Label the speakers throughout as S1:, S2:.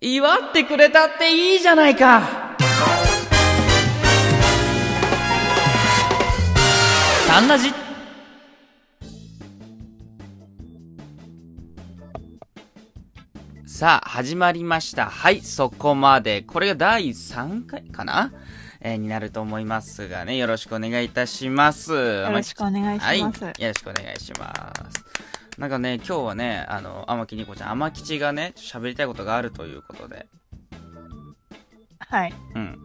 S1: 祝ってくれたっていいじゃないかタンラジさあ、始まりました。はい、そこまで。これが第3回かなえーになると思いますがね、よろしくお願いいたします。よ
S2: よろしくお願いします。
S1: はい、よろしくお願いします。なんかね、今日はね、あの、天木ニコちゃん、天吉がね、ちょっと喋りたいことがあるということで。
S2: はい。
S1: うん。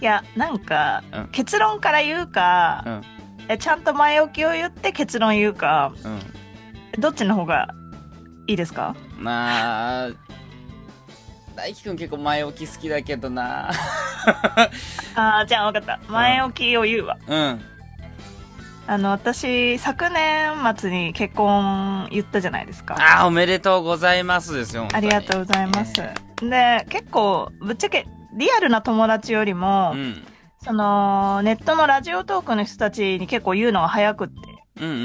S2: いや、なんか、
S1: うん
S2: 結論から言うか、
S1: うん
S2: えちゃんと前置きを言って結論言うか、
S1: う
S2: どっちの方がいいですか
S1: ん。まあ、大輝くん結構前置き好きだけどな。
S2: ああ、じゃあ分かった。前置きを言うわ。
S1: うん。
S2: あの、私、昨年末に結婚言ったじゃないですか。
S1: ああ、おめでとうございますですよ。
S2: ありがとうございます。で、結構、ぶっちゃけ、リアルな友達よりも、
S1: ううん。
S2: その、ネットのラジオトークの人たちに結構言うのが早くって。
S1: うんうんうん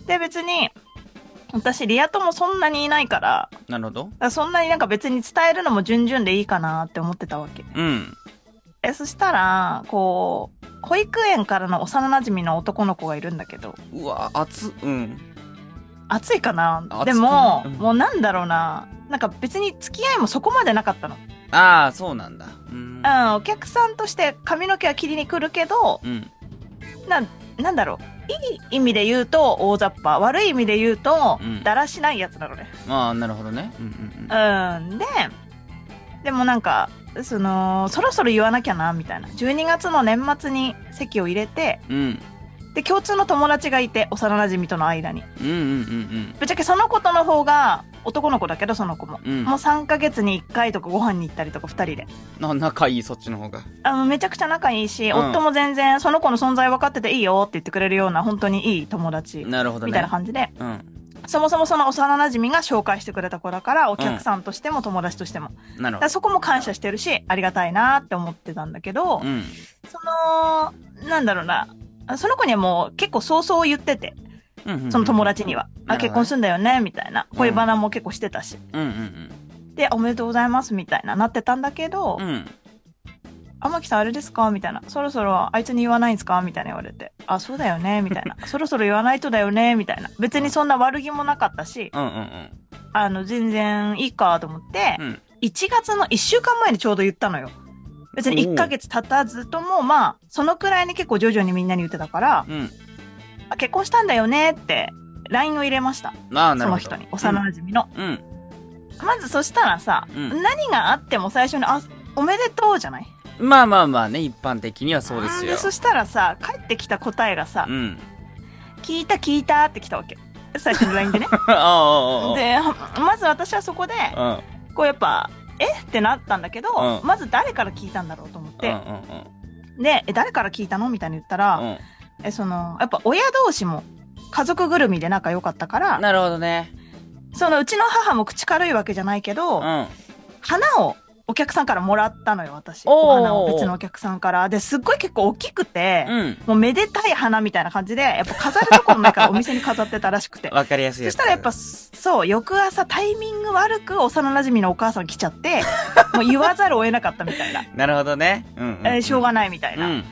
S1: うん。
S2: で、別に、私、リア友そんなにいないから、
S1: なるほど
S2: だか。らそんなになんか別に伝えるのも順々でいいかなって思ってたわけ。
S1: うん。
S2: え、そしたら、こう、保育園からの幼馴染の男の子がいるんだけど、
S1: うわ、熱、うん。
S2: 暑いかな
S1: 暑い
S2: でも、
S1: うん
S2: もうなんだろうな。なんか別に付き合いもそこまでなかったの。
S1: ああ、そうなんだ。うん。
S2: うん、お客さんとして髪の毛は切りに来るけど、
S1: うん。
S2: な、なんだろう。いい意味で言うと大雑把、悪い意味で言うと
S1: うん、
S2: だらしないやつなのね。
S1: まあ、なるほどね。うんうん
S2: うん、で、でもなんか、その、そろそろ言わなきゃな、みたいな。12月の年末に席を入れて、
S1: うん。うん。
S2: で、共通の友達がいて、幼馴染との間に。
S1: うんうんうん
S2: ぶっちゃけその子との方が、男の子だけど、その子も。
S1: うん。うん。
S2: もう3ヶ月に1回とかご飯に行ったりとか、2人で。
S1: な、仲いい、そっちの方が。
S2: あの、めちゃくちゃ仲いいし、
S1: うん
S2: 夫も全然その子の存在分かってていいよって言ってくれるような、本当にいい友達。
S1: なるほどね。
S2: みたいな感じで、
S1: うん。
S2: そもそもその幼馴染が紹介してくれた子だから、お客さんとしても友達としても。
S1: なるほ
S2: だから
S1: ど。
S2: そこも感謝してるし、ありがたいなって思ってたんだけど、
S1: うん。
S2: その、なんだろうな、あその子にはもう結構早々言ってて、
S1: うんうん
S2: その友。達には。
S1: なるほど
S2: あ、
S1: ね
S2: 結婚すんだよね、みたいな。
S1: うん
S2: 恋バナも結構してたし。
S1: うんうん
S2: で、おめでとうございます、みたいな、なってたんだけど
S1: うん。う、ん。
S2: 天木さんあれですかみたいな。そろそろあいつに言わないんですかみたいな言われて。あ、そうだよね、みたい な。そろそろ言わないとだよね、みたいな。別にそんな悪気もなかったし、
S1: うんうん
S2: あの、全然いいかと思って、
S1: うん。うん。
S2: 1月の1週間前にちょうど言ったのよ。別に
S1: おう
S2: 1ヶ月経たずとも、まあ、そのくらいに結構徐々にみんなに言ってたから、
S1: うん。
S2: あ結婚したんだよねって、LINE を入れました。
S1: まあ、
S2: そ
S1: なるほ
S2: の
S1: ど。
S2: 人に、幼馴染の。
S1: うん。うん。
S2: まずそしたらさ、
S1: うん
S2: 何があっても最初に、あ、おめでとうじゃない
S1: まあまあまあね、一般的にはそうですよ。
S2: そしたらさ、帰ってきた答えがさ、
S1: うん。
S2: 聞いた聞いたって来たわけ。最初の LINE で ね。
S1: ああ、ああ。
S2: で、まず私はそこで、
S1: うん、
S2: こうやっぱ、えってなったんだけど、
S1: うん
S2: まず誰から聞いたんだろうと思っ
S1: うん
S2: て、
S1: うんうん
S2: で、え誰から聞いたのみたいに言ったら、
S1: うん
S2: え、その、やっぱ親同士も家族ぐるみで仲良かったから、
S1: なるほどね。
S2: そのうちの母も口軽いわけじゃないけ
S1: う
S2: ど、
S1: ん。
S2: 花をお客さんからもらったのよ、私。
S1: おー
S2: お花を別のお客さんから。で、すっごい結構大きくて、
S1: うん。
S2: もうめでたい花みたいな感じで、やっぱ飾るところないからお店に飾ってたらしく て。
S1: わかりやすい
S2: そ
S1: やつ。
S2: したらやっぱ、そう、翌朝タイミング悪く幼馴染のお母さん来ちゃ って、もう言わざるを得なかったみたいな。
S1: なるほどね。うんうん。
S2: えーしょうが
S1: な
S2: ないみたいな。
S1: うん。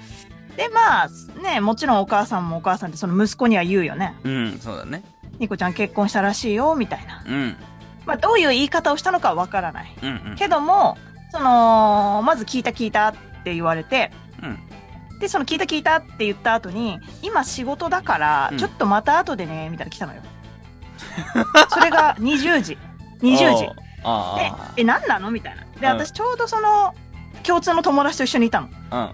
S2: で、まあ、ね、もちろんお母さんもお母さんってその息子には言うよね。
S1: うん、そうだね。
S2: ニコちゃん結婚したらしいよ、みたいな。
S1: うん。
S2: まあ、どういう言い方をしたのかはわからない。
S1: うんうん。
S2: けども、その、まず聞いた聞いたって言われて、
S1: うん。
S2: で、その聞いた聞いたって言った後に、今仕事だから
S1: う、ん
S2: ちょっとまた後でね、みたいなの来たのよ。それ が20時。20時
S1: お。う。あ
S2: で、え、何なのみたいな。で、
S1: うん
S2: 私ちょうどその、共通の友達と一緒にいたの。
S1: あ。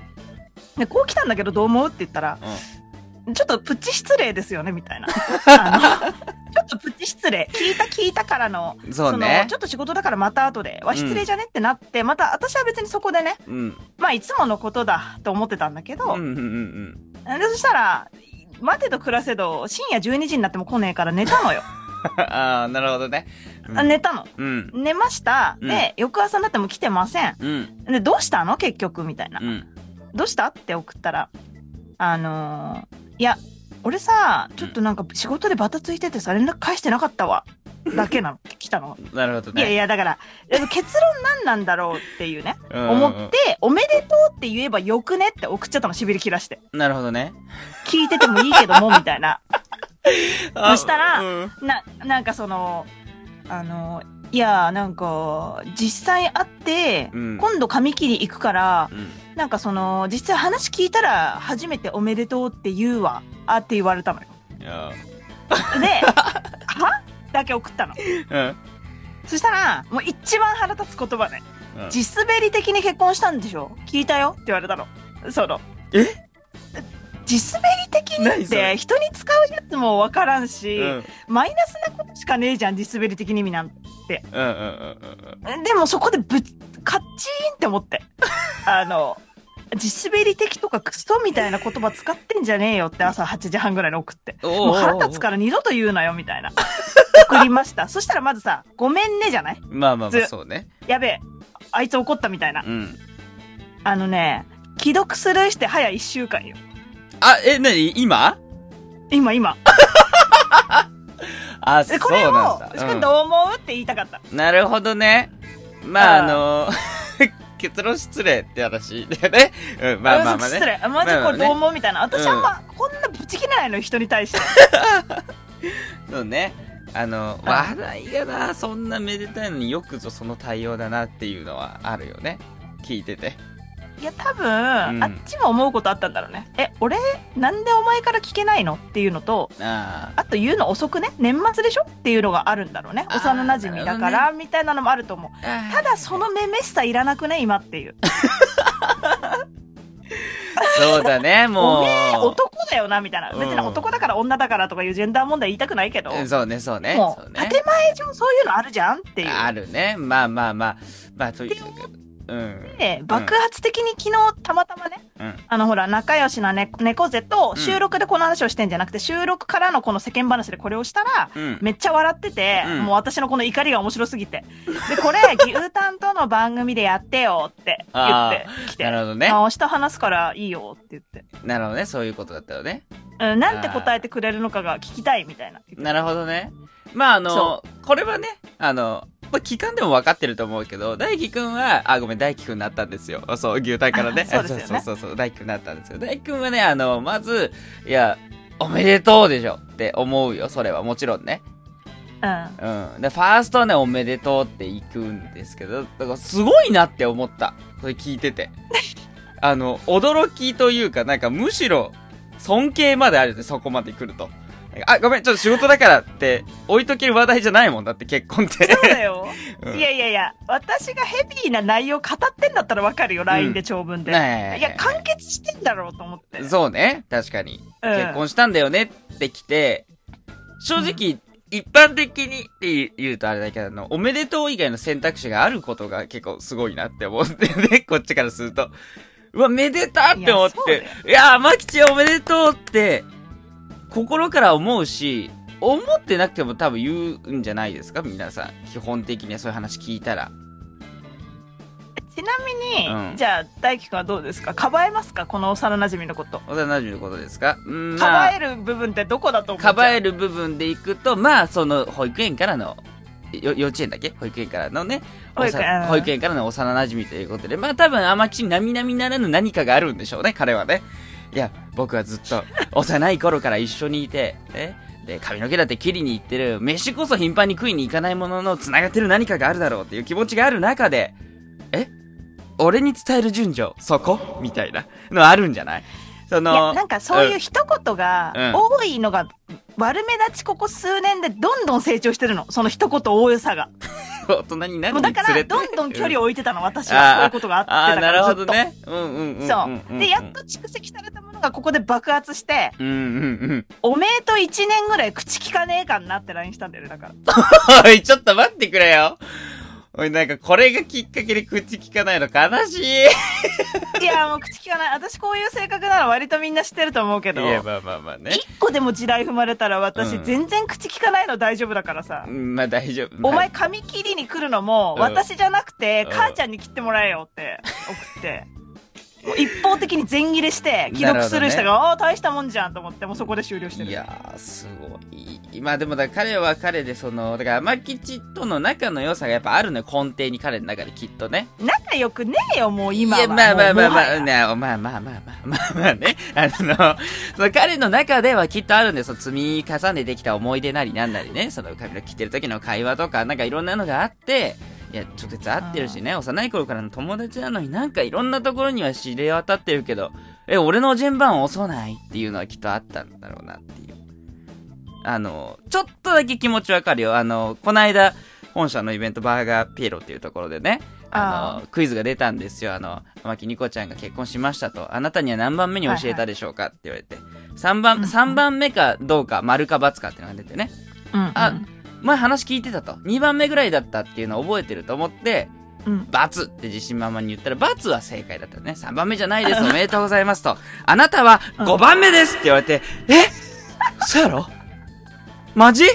S2: で、こう来たんだけどどう思うって言ったら、
S1: う
S2: ちょっとプチ失礼ですよね、みた いな。あのちょっとプチ失礼。聞いた聞いたからの、
S1: ん。うん。そう
S2: の
S1: ね
S2: ち。ょっと仕事だからまた後で、は失礼じゃねってなって、また私は別にそこでね、
S1: うん。
S2: まあいつものことだと思ってたんだけど、
S1: うんうんうん
S2: でそしたら、待てど暮らせど、深夜12時になっても来ねえから寝たのよ。
S1: うん。 ああ、なるほどね。うん
S2: あ寝たの。
S1: うん。
S2: 寝ました。
S1: うん
S2: で、翌朝になっても来てません。
S1: うん。
S2: で、どうしたの結局みたいな
S1: う。ん。
S2: どうしたって送ったら、あのーいや、俺さ、ちょっとなんか仕事でバタついててさ、連絡返してなかったわ。だけ なの。来たの。
S1: なるほど
S2: い
S1: ね。
S2: やいや、だから、えっと結論何なんだろうっていうね。
S1: うんうん
S2: 思って、おめでとうって言えばよくねって送っちゃったの、しびれ切らして。
S1: なるほどね。
S2: 聞いててもいいけども、みたい な。
S1: あ
S2: そしたら
S1: うん
S2: な、なんかその、あの、いや、なんか、実際会って、
S1: うん
S2: 今度髪切り行くから、
S1: うん
S2: なんかその、実際話聞いたら、初めておめでとうって言うわ、あって言われたのよ。
S1: いや
S2: で、はだけ送ったの。
S1: うん
S2: そしたら、もう一番腹立つ言葉ね。
S1: うん
S2: 地滑り的に結婚したんでしょ聞いたよって言われたの。その。
S1: え
S2: 地滑り的に
S1: 何
S2: っ
S1: それ
S2: て人に使うやつもわからんし、
S1: うん
S2: マイナスなことしかねえじゃん、地滑り的に意味なんて。
S1: うんうんうんうん
S2: でもそこでぶっ、カッチーンって思って。 あの、地滑り的とかクソみたいな言葉使ってんじゃねえよって朝8時半ぐらいに送って。
S1: おー
S2: もう腹立つから二度と言うなよみたいな。送りました。そしたらまずさ、ごめんねじゃない
S1: まあまあまあ
S2: ず
S1: そうね
S2: やべえ、あいつ怒ったみたいな。
S1: うん
S2: あのね、既読スルーして早1週間よ。
S1: あえなに今
S2: 今今。
S1: あそ
S2: で
S1: う
S2: これを、
S1: なん
S2: しかもど
S1: だ
S2: う思うって言いたかった。
S1: うんなるほどねまあ
S2: あ
S1: あの 結論失礼って話だよねうんまあまあまあ
S2: 嘘
S1: ね
S2: 失礼。マジ
S1: まあまあ
S2: こ
S1: ね
S2: れどう思うみたいな。私あんま、こんなブチ切れないのよ人に 対して。
S1: そうねあの話題がなそんなめでたいのによくぞその対応だなっていうのはあるよね聞いてて
S2: いや、多分、
S1: ん
S2: あっちも思うことあったんだろうね。え、俺、なんでお前から聞けないのっていうのと、
S1: あ
S2: あと言うの遅くね年末でしょっていうのがあるんだろうね。
S1: あー
S2: 幼馴
S1: な
S2: 染だか
S1: るほ
S2: ら、みたいなのもあると思う。
S1: ーあ
S2: ただ、そのめめしさいらなくね今っていう。
S1: そうだねもう
S2: おめえ、男だよなみたいな。
S1: うん
S2: 別に男だから女だからとかいうジェンダー問題言いたくないけど。
S1: そうねそうね
S2: も
S1: そう
S2: う、
S1: ね
S2: 建前上そういうのあるじゃんっていう。
S1: あるね。まあまあまあ。まあ、という。うん。
S2: で、爆発的に昨日たまたまね、
S1: うん
S2: あのほら、仲良しなね猫背と
S1: ん
S2: 収録でこの話をしてんじゃなくて、収録からのこの世間話でこれをしたら、
S1: うん。
S2: めっちゃ笑ってて、
S1: うん
S2: もう私のこの怒りが面白すぎて。で、 これ、牛タンとの番組でやってよって言
S1: あ
S2: ってきて。
S1: なるほどね
S2: あ。明日話すからいいよって言って。
S1: なるほどね。そういうことだったよね。
S2: うん、なんて答えてくれるのかが聞きたいみたいな。
S1: なるほどね。まあ、あの
S2: そ、
S1: これはね、あの、まあ、期間でも分かってると思うけど、大輝くんは、あ、ごめん、大輝くんになったんですよ。そう、牛タンからね。
S2: あそうですよね
S1: そうそうそうそう、大輝くんになったんですよ。大輝くんはね、あの、まず、いや、おめでとうでしょって思うよ、それは。もちろんね。
S2: うん。
S1: うん。で、ファーストはね、おめでとうって行くんですけど、だからすごいなって思った。それ聞いて て。あの、驚きというか、なんかむしろ、尊敬まであるよね、そこまで来ると。なんかあ、ごめん、ちょっと仕事だからって、置いとける話題じゃないもんだって、結婚って。
S2: そうだよ。
S1: うん
S2: いやいやいや、私がヘビーな内容語ってんだったらわかるよ、LINE で長文で。
S1: ねえ
S2: いや、完結してんだろうと思って。
S1: そうね、確かに。
S2: うん
S1: 結婚したんだよねって来て、正直、一般的にって言うとあれだけど、あの、おめでとう以外の選択肢があることが結構すごいなって思って ね、こっちからすると。うわ、めでたって思っ
S2: いや
S1: て
S2: そうだ。
S1: いやー、マキチおめでとうって、心から思うし、思ってなくても多分言うんじゃないですか皆さん。基本的にはそういう話聞いたら。
S2: ちなみに、
S1: うん
S2: じゃあ、大輝くんはどうですかかばえますかこの幼馴染のこと。
S1: 幼馴染のことですかうーん、
S2: か
S1: まあ
S2: ばえる部分ってどこだと思う
S1: かばえ
S2: る。
S1: る部分でいくと、まあ、その、保育園からの、よ幼稚園だっけ保育園からのね、
S2: 保育園
S1: おさ保育園からの幼馴染ということで、まあ多分、甘吉並々ならぬ何かがあるんでしょうね、彼はね。いや、僕はずっと、幼い頃から一緒にいて、ね、で、髪の毛だって切りに行ってる、飯こそ頻繁に食いに行かないものの、繋がってる何かがあるだろうっていう気持ちがある中で、え俺に伝える順序、そこみたいなのあるんじゃないそ
S2: い
S1: の、
S2: や、なんかそういう
S1: うん
S2: 一言が
S1: うん
S2: 多いのが、悪目立ちここ数年でどんどん成長してるの。その一言多さが。
S1: 大人になる
S2: もう
S1: に
S2: だか
S1: つれ
S2: ら、
S1: て。
S2: どんどん距離を置いてたの、私
S1: あー
S2: は。そういうことがあって
S1: ああ、
S2: たか
S1: なる
S2: ら、
S1: ほ
S2: ず
S1: ど
S2: っと。
S1: ね。うんうんうん。
S2: そう。で、やっ
S1: と。
S2: と蓄積されたものがここで爆発して、
S1: うんうん
S2: おめえと一年ぐらい口聞かねえかんなって LINE したんだよね、だから。
S1: うん。おい、ちょっと待ってくれよ。おい、なんかこれがきっかけで口聞かないの悲しい。
S2: いや、もう口聞かない。私こういう性格なら割とみんな知ってると思うけ
S1: い
S2: ど。
S1: や、まあまあまあね。
S2: 一個でも地雷踏まれたら私
S1: うん
S2: 全然口聞かないの大丈夫だからさ
S1: う。んまあ大丈夫。
S2: お前
S1: ま
S2: 髪切りに来るのも
S1: うん
S2: 私じゃなくて
S1: うん
S2: 母ちゃんに切ってもらえよって送って。一方的に全切れして既読する人
S1: なる
S2: が、ああー大したもんじゃんと思ってもうそこで終了してる
S1: いやー、すごい。まあでも、だから彼は彼で、その、だから、甘吉との仲の良さがやっぱあるのよ、根底に彼の中できっとね。
S2: 仲良くねえよもう今
S1: い
S2: は
S1: や、まあまあまあ
S2: もうもは
S1: まあ、
S2: や
S1: ね、まあまあまあまあまあまあね。あの、その彼の中ではきっとあるんですよ。積み重ねてきた思い出なりなんなりね。その髪の切ってる時の会話とか、なんかいろんなのがあって、いや、直接会ってるしね、幼い頃からの友達なのになんかいろんなところには知れ渡ってるけど、え、俺の順番遅ないっていうのはきっとあったんだろうなっていう。あの、ちょっとだけ気持ちわかるよ。あの、この間、本社のイベントバーガーピエロっていうところでね、あの、
S2: あ
S1: クイズが出たんですよ。あの、天木ニコちゃんが結婚しましたと、あなたには何番目に教えたでしょうかって言われて、3
S2: うんう
S1: 番、
S2: ん
S1: 三番目かどうか、丸か×かっていうのが出てね。
S2: うんうん
S1: あ前話聞いてたと。2番目ぐらいだったっていうのを覚えてると思って、
S2: うん
S1: ×って自信満々に言ったら、×は正解だったね。3番目じゃないです。おめでとうございますと。あなたは5番目ですって言われて、えそうやろマジっ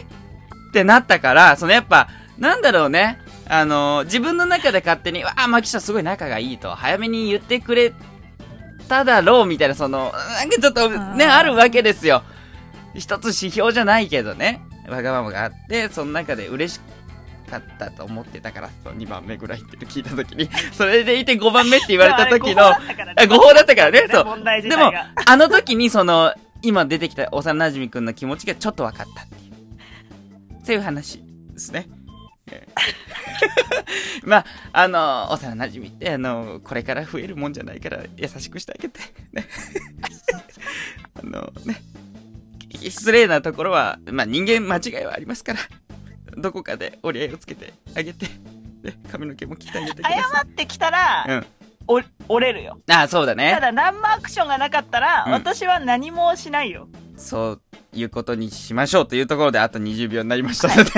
S1: てなったから、そのやっぱ、なんだろうね。あの、自分の中で勝手に、わあ、マキシャすごい仲がいいと、早めに言ってくれただろうみたいな、その、なんかちょっとね、
S2: うん
S1: あるわけですよ。一つ指標じゃないけどね。わがままがあって、その中で嬉しかったと思ってたから、その2番目ぐらいって聞いたときに、それでいて5番目って言われた時 の、
S2: の
S1: 誤報だったからねそう
S2: 問題自
S1: で
S2: 体
S1: も
S2: が、
S1: あの時にその、今出てきた幼馴染くんの気持ちがちょっと分かったっていう。そういう話ですね。え ーまあ、あの、幼馴染って、あの、これから増えるもんじゃないから、優しくしてあげて。ね あの、ね。失礼なところは、まあ、人間間違いはありますから、どこかで折り合いをつけてあげて、ね髪の毛も切ってあげてください。
S2: 謝ってきたら、
S1: うん。
S2: お折れるよ
S1: ああ、そうだね
S2: た。だ何もアクションがなかったら、
S1: うん
S2: 私は何もしないよ
S1: そういうことにしましょうというところで、あと20秒になりましたので。